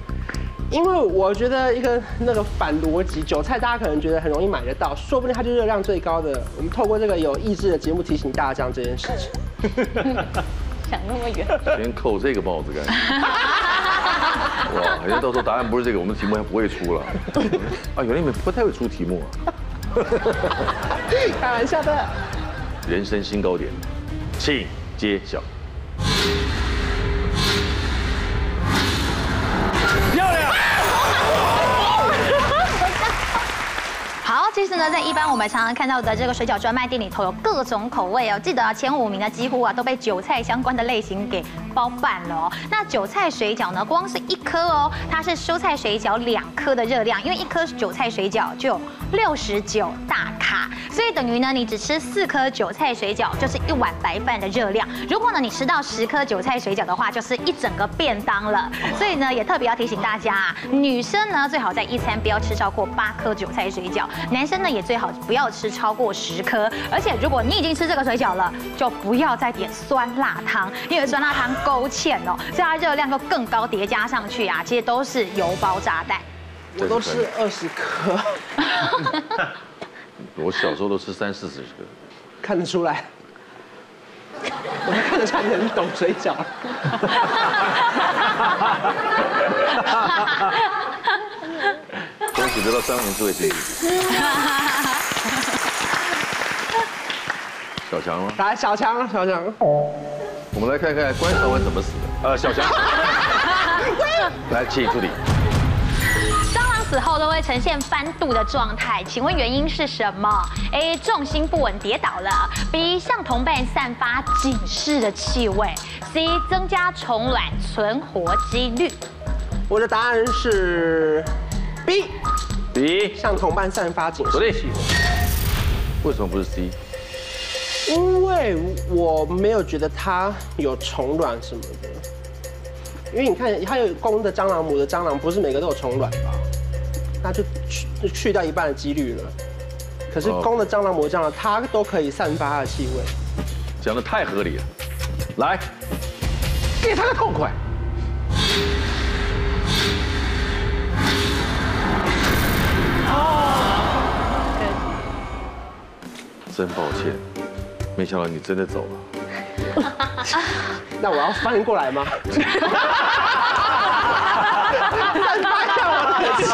Speaker 4: 因为我觉得一个那个反逻辑，韭菜大家可能觉得很容易买得到，说不定它就是热量最高的。我们透过这个有意志的节目提醒大家这样这件事情。
Speaker 3: 想那么远，
Speaker 1: 先扣这个帽子干什 么？哇，人家到时候答案不是这个，我们题目还不会出了。啊，原来你们不太会出题目啊！
Speaker 4: 开玩笑的。
Speaker 1: 人生新高点，请揭晓。
Speaker 5: 好，其实呢，在一般我们常常看到的这个水饺专卖店里头有各种口味哦，记得啊，前五名呢几乎啊都被韭菜相关的类型给包办了哦。那韭菜水饺呢，光是一颗哦，它是蔬菜水饺两颗的热量，因为一颗韭菜水饺就有六十九大卡，所以等于呢，你只吃四颗韭菜水饺就是一碗白饭的热量。如果呢你吃到十颗韭菜水饺的话，就是一整个便当了。所以呢，也特别要提醒大家啊，女生呢最好在一餐不要吃超过八颗韭菜水饺，男生呢也最好不要吃超过十颗。而且如果你已经吃这个水饺了，就不要再点酸辣汤，因为酸辣汤勾芡哦，所以它热量就更高叠加上去啊，其实都是油包炸弹。
Speaker 4: 我都吃二十颗，
Speaker 1: 我小时候都吃三四十个。
Speaker 4: 看得出来，我都看得出来你很懂水饺。
Speaker 1: 恭喜得到三年智慧经理。 小强吗？
Speaker 4: 来，小强，小强，
Speaker 1: 我们来看看关晓雯怎么死的。呃，小 强，来，请助理。
Speaker 5: 蟑螂死后都会呈现翻肚的状态，请问原因是什么？A. 重心不稳跌倒了；B. 向同伴散发警示的气味；C. 增加虫卵存活几率。
Speaker 4: 我的答案是 B，
Speaker 1: B，
Speaker 4: 向同伴散发警示。
Speaker 1: 左立。为什么不是 C？
Speaker 4: 因为我没有觉得它有虫卵什么的，因为你看它有公的蟑螂、母的蟑螂，不是每个都有虫卵吧？那就去就去掉一半的几率了。可是
Speaker 1: 哦
Speaker 4: 公的蟑螂、母的蟑螂，它都可以散发它的气味。
Speaker 1: 讲的太合理了。来，给他个哎痛快。真抱歉，没想到你真的走了。
Speaker 4: 那我要翻过来吗？散发一下我的气。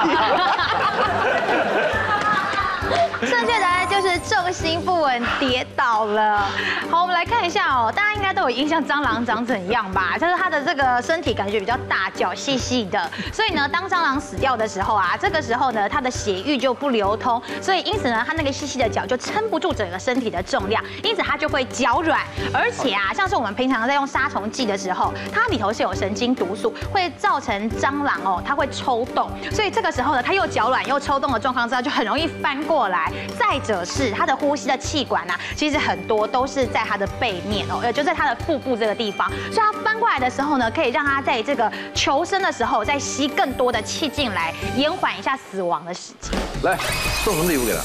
Speaker 5: 正确答案就是重心不稳跌倒了。好，我们来看一下哦，大家应该都有印象蟑螂长怎样吧？就是它的这个身体感觉比较大，脚细细的，所以呢，当蟑螂死掉的时候啊，这个时候呢，它的血液就不流通，所以因此呢，它那个细细的脚就撑不住整个身体的重量，因此它就会脚软。而且啊，像是我们平常在用杀虫剂的时候，它里头是有神经毒素，会造成蟑螂哦，它会抽动，所以这个时候呢，它又脚软又抽动的状况之下，就很容易翻过来。再者是它的呼吸的气管啊，其实很多都是在它的背面哦，呃，就在它的腹部这个地方，所以它翻过来的时候呢，可以让它在这个求生的时候再吸更多的气进来，延缓一下死亡的时间。
Speaker 1: 来，送什么礼物给他？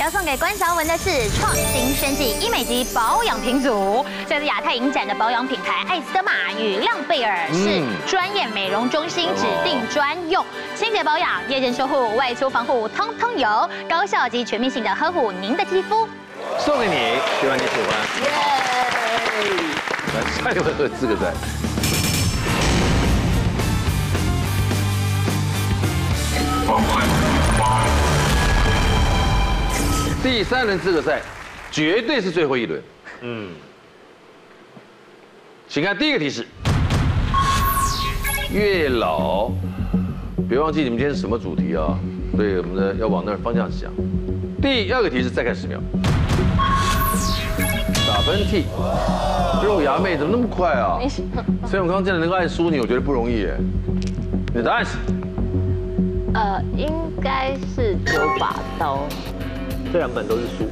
Speaker 5: 要送给关韶文的是创新生技医美及保养品组，这是亚太影展的保养品牌艾斯德玛与亮贝尔是
Speaker 1: 嗯
Speaker 5: 专业美容中心指定专用，清洁保养、夜间修护、外出防护，通通有，高效及全面性的呵护您的肌肤。
Speaker 1: 送给你，希望你喜欢。来，下一位和资格赛。第三轮资格赛，绝对是最后一轮。嗯，请看第一个提示：月老。别忘记你们今天是什么主题啊？对，我们的要往那儿方向想。第二个提示，再看十秒。打喷嚏，肉芽妹怎么那么快啊？所以我刚刚真的能够按枢纽，我觉得不容易耶。你的答案是
Speaker 6: 呃，应该是九把刀，
Speaker 2: 这两本都是书，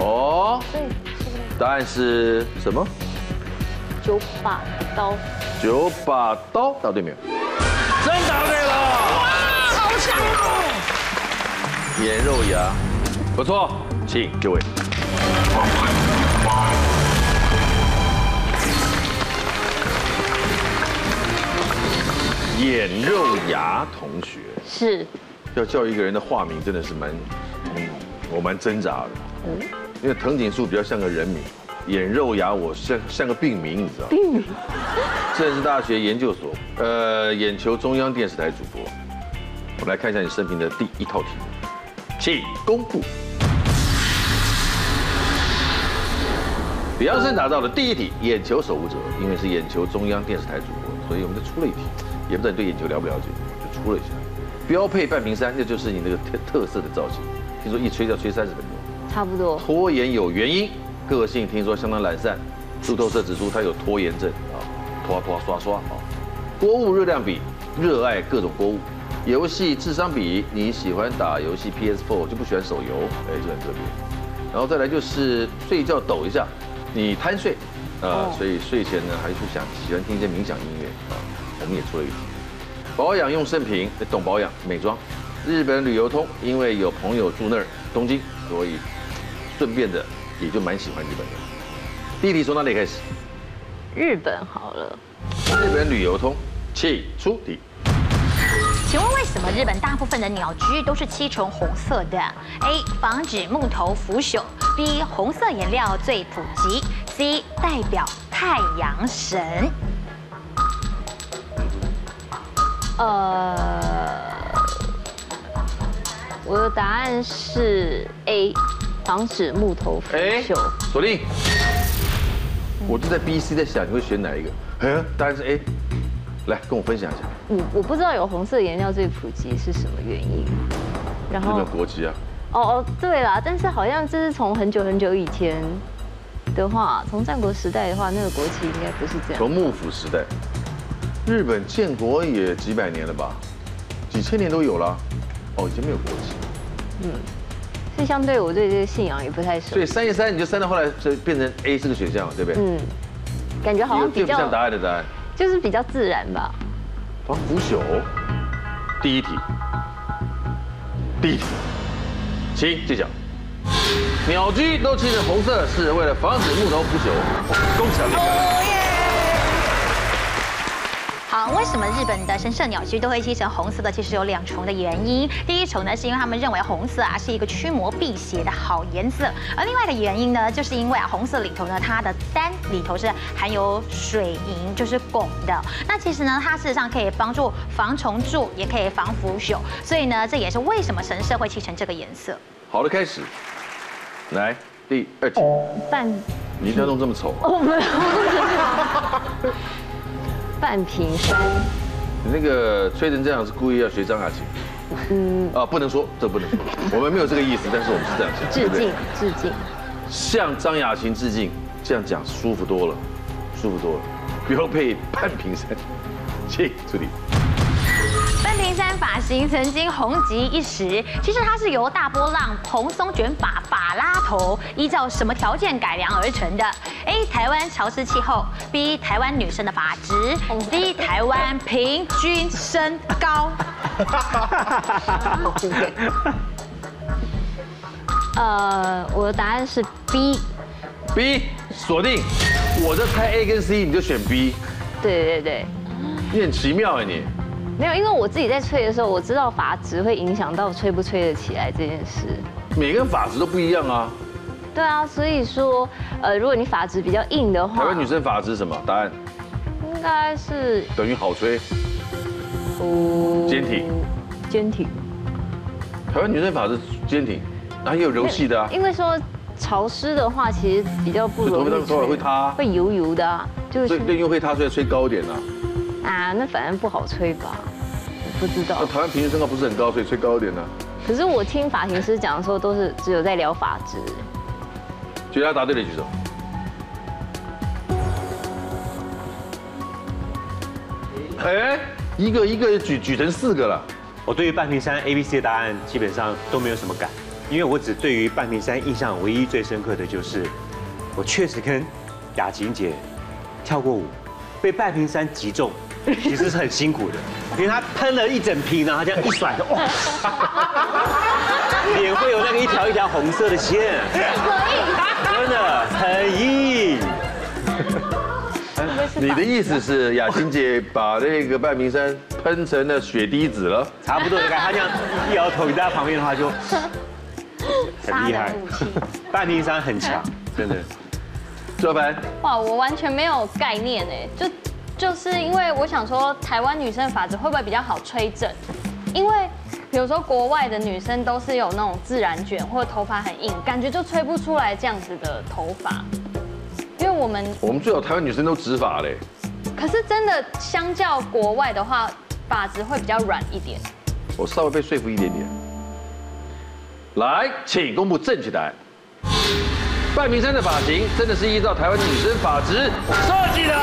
Speaker 1: 哦，答案是什么？
Speaker 6: 九把刀。
Speaker 1: 九把刀，答对没有？真答对了！哇，好强哦！眼肉芽，不错，请各位。眼肉芽同学
Speaker 6: 是，
Speaker 1: 要叫一个人的化名，真的是蛮，嗯我蛮挣扎的。因为藤井树比较像个人名，眼肉芽我像像个病名，你知道吗？病名。政治大学研究所，呃，眼球中央电视台主播。我们来看一下你生平的第一套题，请公布。李阳生拿到了第一题，眼球守护者，因为是眼球中央电视台主播，所以我们就出了一题，也不知道你对眼球了不了解，就出了一下。标配半屏山，那就是你那个特特色的造型，听说一吹就要吹三十分钟。
Speaker 6: 差不多。
Speaker 1: 拖延有原因，个性听说相当懒散，路透社指出，它有拖延症啊，拖啊拖啊刷刷啊。锅物热量比，热爱各种锅物。游戏智商比，你喜欢打游戏 PS4 就不喜欢手游，哎，就很特别。然后再来就是睡觉抖一下，你贪睡，啊，所以睡前呢还去想喜欢听一些冥想音乐啊，我们也出了一题。保养用圣品，懂保养美妆。日本旅游通，因为有朋友住那儿东京，所以顺便的也就蛮喜欢日本的。第一题从哪里开始？
Speaker 6: 日本好了，
Speaker 1: 日本旅游通，起出题。
Speaker 5: 请问为什么日本大部分的鸟居都是漆成红色的？A. 防止木头腐朽；B. 红色颜料最普及；C. 代表太阳神。
Speaker 6: 呃，我的答案是 A，防止木头腐
Speaker 1: 哎
Speaker 6: 朽。
Speaker 1: 锁定。我就在 B、C 在想你会选哪一个？哎，答案是 A。来跟我分享一下，
Speaker 6: 我嗯我不知道有红色颜料最普及是什么原因。然
Speaker 1: 日
Speaker 6: 后
Speaker 1: 本国籍啊，
Speaker 6: 哦哦，对啦，但是好像这是从很久很久以前的话，从战国时代的话，那个国旗应该不是这样。
Speaker 1: 从幕府时代，日本建国也几百年了吧，几千年都有了。哦，已经没有国籍。
Speaker 6: 所以相对我对这个信仰也不太熟
Speaker 1: 所以。三一三你就删到后来就变成 A 这个选项了，对不对？
Speaker 6: 嗯，感觉好
Speaker 1: 有
Speaker 6: 像
Speaker 1: 最
Speaker 6: 比
Speaker 1: 不像答
Speaker 6: 较
Speaker 1: 案的答案，
Speaker 6: 就是比较自然吧。
Speaker 1: 防腐朽。第一题，第一题，请揭晓。鸟居都漆成红色，是为了防止木头腐朽。恭喜啊你！
Speaker 5: 好，为什么日本的神社鸟居都会漆成红色的？其实有两重的原因。第一重呢，是因为他们认为红色啊是一个驱魔辟邪的好颜色；而另外的原因呢，就是因为啊红色里头呢，它的丹里头是含有水银，就是汞的。那其实呢，它事实上可以帮助防虫蛀，也可以防腐朽，所以呢，这也是为什么神社会漆成这个颜色。
Speaker 1: 好的，开始。来，第二题，
Speaker 6: 哦半
Speaker 1: 你一定要弄这么丑，
Speaker 6: 哦 半瓶山，
Speaker 1: 你那个吹成这样是故意要学张雅琴。嗯啊，不能说，这不能 说，我们没有这个意思，但是我们是这样想，对
Speaker 6: 致
Speaker 1: 不对
Speaker 6: 敬致敬。
Speaker 1: 向张雅琴致敬，这样讲舒服多了，舒服多了，不要配半瓶山。请助理，
Speaker 5: 半瓶山发型曾经红极一时，其实它是由大波浪、蓬松卷发、法拉头依照什么条件改良而成的？A. 台湾潮湿气候；B. 台湾女生的发质；C. 台湾平均身高。
Speaker 6: 呃，我的答案是 B。
Speaker 1: B 锁定，我在猜 A 跟 C，你就选 B，
Speaker 6: 对对对，
Speaker 1: 你很奇妙哎你。
Speaker 6: 没有，因为我自己在吹的时候，我知道发质会影响到吹不吹得起来这件事。
Speaker 1: 每个人发质都不一样啊，
Speaker 6: 对啊，所以说，呃，如果你发质比较硬的
Speaker 1: 台
Speaker 6: 话，
Speaker 1: 湾女生发质是什么？答案
Speaker 6: 应该是
Speaker 1: 等于好吹。
Speaker 6: 哦，
Speaker 1: 坚挺，
Speaker 6: 坚挺，
Speaker 1: 台湾女生发质坚挺，然后也有柔细的啊。
Speaker 6: 因为说潮湿的话，其实比较不容易
Speaker 1: 就头发
Speaker 6: 吹
Speaker 1: 头发会塌啊
Speaker 6: 会油油的啊，就
Speaker 1: 所
Speaker 6: 是
Speaker 1: 以对，因为会塌，所以吹高一点啊。
Speaker 6: 啊，那反正不好吹吧，我不知道
Speaker 1: 那。台湾平均身高不是很高，所以吹高一点啊。
Speaker 6: 可是我听发型师讲的时候，都是只有在聊发质，
Speaker 1: 觉得他答对的举手。哎，一个一个举举成四个 了。
Speaker 7: 我对于半瓶山 A、B、C 的答案基本上都没有什么感，因为我只对于半瓶山印象唯一最深刻的就是，我确实跟雅琴姐跳过舞，被半瓶山击中，其实是很辛苦的，因为她喷了一整瓶，然后她这样一甩，哇，脸会有那个一条一条红色的线，真的很硬。
Speaker 1: 你的意思是雅琴姐把那个半瓶山喷成了血滴子了？
Speaker 7: 差不多的，他这样一摇头，你在他旁边的话就很厉害。 半瓶山很强，真的。
Speaker 1: 赵凡，
Speaker 3: 哇，我完全没有概念哎，就就是因为我想说，台湾女生的发质会不会比较好吹整？因为比如说国外的女生都是有那种自然卷或者头发很硬，感觉就吹不出来这样子的头发。因为我们
Speaker 1: 我们最好台湾女生都直发嘞。
Speaker 3: 可是真的相较国外的话，发质会比较软一点。
Speaker 1: 我稍微被说服一点点。来，请公布正确答案。半瓶山的发型真的是依照台湾女生发质设计的。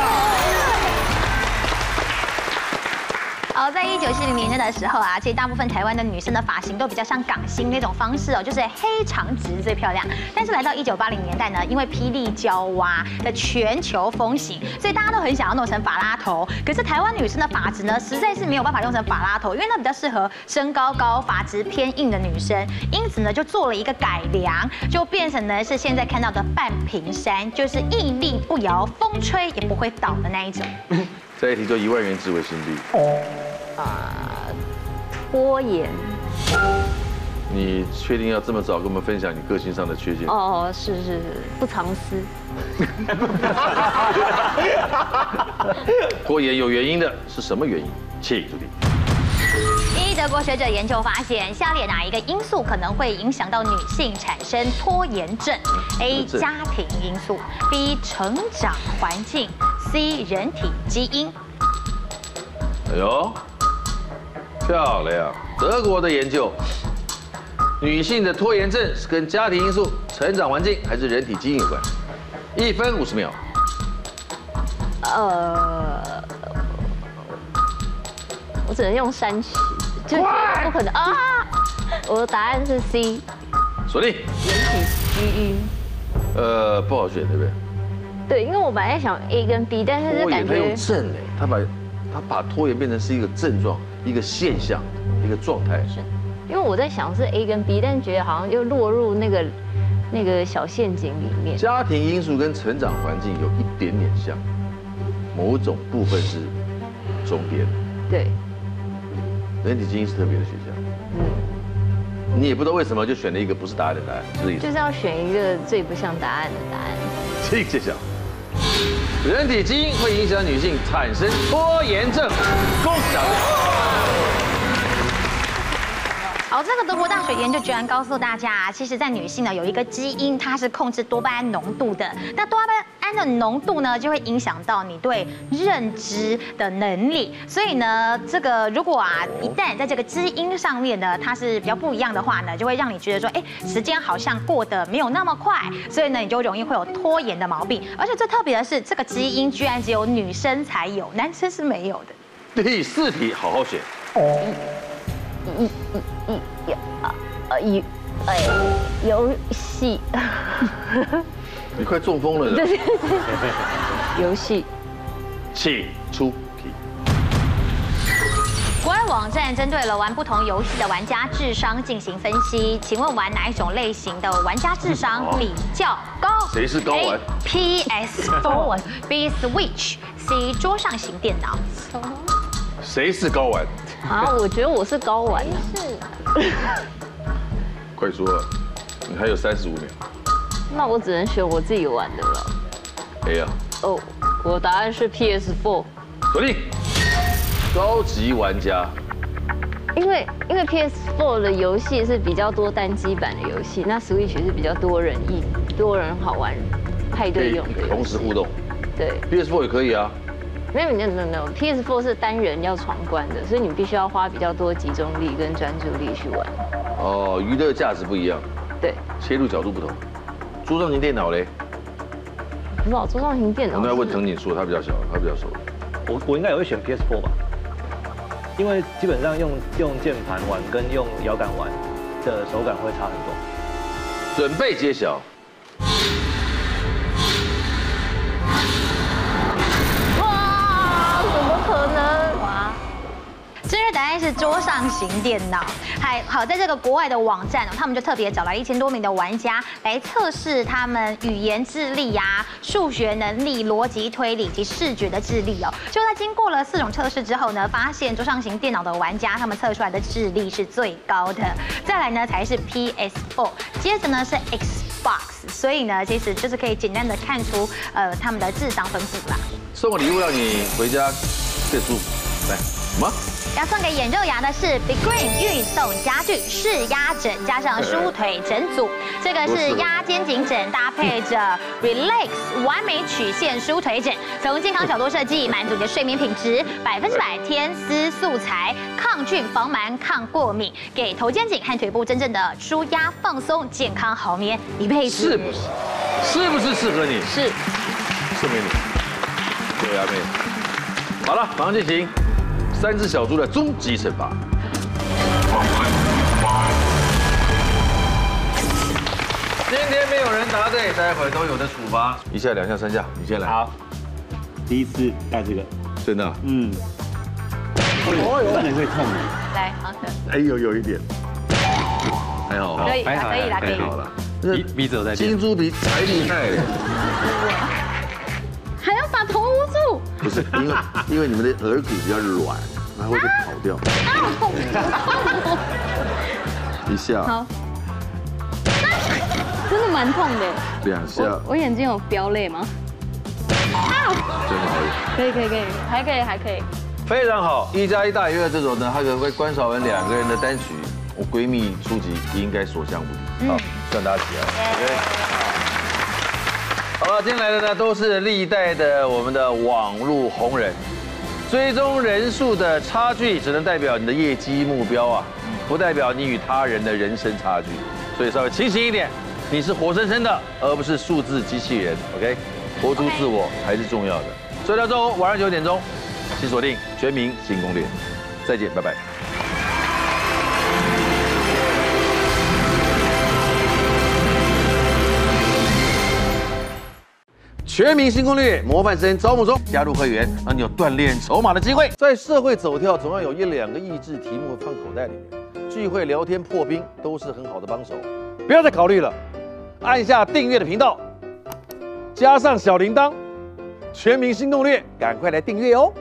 Speaker 5: 好，哦在一九四零年代的时候啊，其实大部分台湾的女生的发型都比较像港星那种方式哦，就是黑长直最漂亮。但是来到一九八零年代呢，因为霹雳娇娃的全球风行，所以大家都很想要弄成法拉头。可是台湾女生的发质呢，实在是没有办法用成法拉头，因为那比较适合身高高、发质偏硬的女生。因此呢，就做了一个改良，就变成呢是现在看到的半屏山，就是屹立不摇、风吹也不会倒的那一种。
Speaker 1: 这一题就一万元值为新币。
Speaker 6: 拖延
Speaker 1: 你确定要这么早跟我们分享你个性上的缺陷？
Speaker 6: 哦，是是是，不藏私。
Speaker 1: 拖延有原因的，是什么原因？请注意。
Speaker 5: 一德国学者研究发现，下列哪一个因素可能会影响到女性产生拖延症？A.
Speaker 1: 这
Speaker 5: 家庭因素，B. 成长环境，C. 人体基因。
Speaker 1: 哎呦，漂亮！德国的研究，女性的拖延症是跟家庭因素、成长环境还是人体基因有关？一分五十秒，
Speaker 6: 呃，我只能用删去，就不可能啊！我的答案是 C，人
Speaker 1: 锁定。
Speaker 6: 体基因。
Speaker 1: 呃，不好选，对不对？
Speaker 6: 对，因为我本来想 A 跟 B，但是就
Speaker 1: 拖
Speaker 6: 感
Speaker 1: 延他
Speaker 6: 觉
Speaker 1: 用症哎，他把他把拖延变成是一个症状、一个现象、一个状态。
Speaker 6: 因为我在想是 A 跟 B，但是觉得好像又落入那个那个小陷阱里面。
Speaker 1: 家庭因素跟成长环境有一点点像，某种部分是重叠的。
Speaker 6: 对，
Speaker 1: 人体基因是特别的学项。你也不知道为什么就选了一个不是答案的答案，是这个意思
Speaker 6: 嗯就。是要选一个最不像答案的答案。
Speaker 1: 请揭晓。人体基因会影响女性产生拖延症，恭喜答对。
Speaker 5: 好，哦这个德国大学研究居然告诉大家啊，其实，在女性呢有一个基因，它是控制多巴胺浓度的。那多巴胺的浓度呢，就会影响到你对认知的能力。所以呢，这个如果啊，一旦在这个基因上面呢，它是比较不一样的话呢，就会让你觉得说，哎，时间好像过得没有那么快，所以呢，你就容易会有拖延的毛病。而且最特别的是，这个基因居然只有女生才有，男生是没有的。
Speaker 1: 第四题，好好选。
Speaker 6: 呃，游，哎，游戏，
Speaker 1: 你快中风了，
Speaker 6: 游戏，
Speaker 1: 请出题。
Speaker 5: 国外网站针对了玩不同游戏的玩家智商进行分析，请问玩哪一种类型的玩家智商比较高？
Speaker 1: 谁是高玩
Speaker 5: ？PS Phone，B Switch，C 桌上型电脑。
Speaker 1: 谁是高玩？
Speaker 6: 啊，我觉得我是高玩的，
Speaker 1: 快说，啊你还有三十五秒。
Speaker 6: 那我只能选我自己玩的了。
Speaker 1: 哎呀，
Speaker 6: 哦，我答案是 PS4，
Speaker 1: 锁定。高级玩家，
Speaker 6: 因为因为 PS4 的游戏是比较多单机版的游戏，那 Switch 是比较多人一多人好玩派
Speaker 1: 可
Speaker 6: 对
Speaker 1: 以
Speaker 6: 用的游
Speaker 1: 同时
Speaker 6: 戏。
Speaker 1: 互动。
Speaker 6: 对，
Speaker 1: PS4 也可以啊。
Speaker 6: 没有没有没有没有，PS4 是单人要闯关的，所以你必须要花比较多集中力跟专注力去玩。
Speaker 1: 哦，娱乐价值不一样，
Speaker 6: 对，
Speaker 1: 切入角度不同。桌上型电脑嘞，
Speaker 6: 不知道桌上型电
Speaker 1: 我
Speaker 6: 脑
Speaker 1: 们要问
Speaker 6: 是
Speaker 1: 藤井树，他比较小，他比较熟。
Speaker 2: 我我应该也会选 PS4 吧，因为基本上用用键盘玩跟用摇杆玩的手感会差很多。
Speaker 1: 准备揭晓。
Speaker 5: 哦
Speaker 6: 哇，怎么可能？
Speaker 5: 正确答案是桌上型电脑。还好，在这个国外的网站哦，他们就特别找来一千多名的玩家来测试他们语言智力啊、数学能力、逻辑推理以及视觉的智力哦。就在经过了四种测试之后呢，发现桌上型电脑的玩家他们测出来的智力是最高的，再来呢才是 PS4，接着呢是 Xbox。所以呢，其实就是可以简单的看出呃他们的智商分布啦。
Speaker 1: 送个礼物让你回家更舒服。来，什么？
Speaker 5: 要送给眼肉芽的是 Big Green 运动家具式压枕，加上舒腿枕组，这个是压肩颈枕搭配着 Relax 完美曲线舒腿枕，从健康角度设计，满足你的睡眠品质，百分之百天丝素材，抗菌、防螨、抗过敏，给头肩颈和腿部真正的舒压、放松、健康好眠一辈子。
Speaker 1: 是不是？是不是适合你？
Speaker 3: 是。
Speaker 1: 送给你，对阿妹。好了，马上进行三只小猪的终极惩罚。今天没有人答对，待会儿都有的处罚。一下、两下、三下，你先来。
Speaker 7: 好，第一次戴这个，
Speaker 1: 真的。啊
Speaker 7: 嗯，哦，这很会痛的。
Speaker 5: 来，好可
Speaker 1: 哎呦，有一点，还好吧
Speaker 5: 可以，
Speaker 2: 还好
Speaker 5: 可以啦，可
Speaker 2: 还
Speaker 5: 以。
Speaker 2: 好啦，鼻鼻子有在变
Speaker 1: 金。猪鼻才厉 害，
Speaker 5: 还要把头捂住，
Speaker 8: 不是因为因为你们的耳骨比较软，它会被跑掉。
Speaker 5: 啊
Speaker 6: 啊
Speaker 8: 一 下，
Speaker 3: 好，真的蛮痛的。
Speaker 8: 两下，
Speaker 3: 我我眼睛有飙泪吗？
Speaker 8: 真的好痒。
Speaker 3: 可以可以可以，还可以还可以。
Speaker 1: 非常好。一加一大于二这种呢，它可能会关少文两个人的单曲，我闺蜜初级应该所向无敌。好，希望大家喜欢。好了，今天来的呢都是历代的我们的网络红人，追踪人数的差距只能代表你的业绩目标啊，不代表你与他人的人生差距。所以稍微清醒一点，你是活生生的，而不是数字机器人。OK，活出自我才是重要的。所以到周五晚上九点钟，请锁定《全民新攻略》，再见，拜拜。全民新攻略模范生招募中，加入会员让你有锻炼筹码的机会。在社会走跳，总要有一两个益智题目放口袋里面，聚会聊天破冰都是很好的帮手。不要再考虑了，按下订阅的频道，加上小铃铛，全民新攻略，赶快来订阅哦。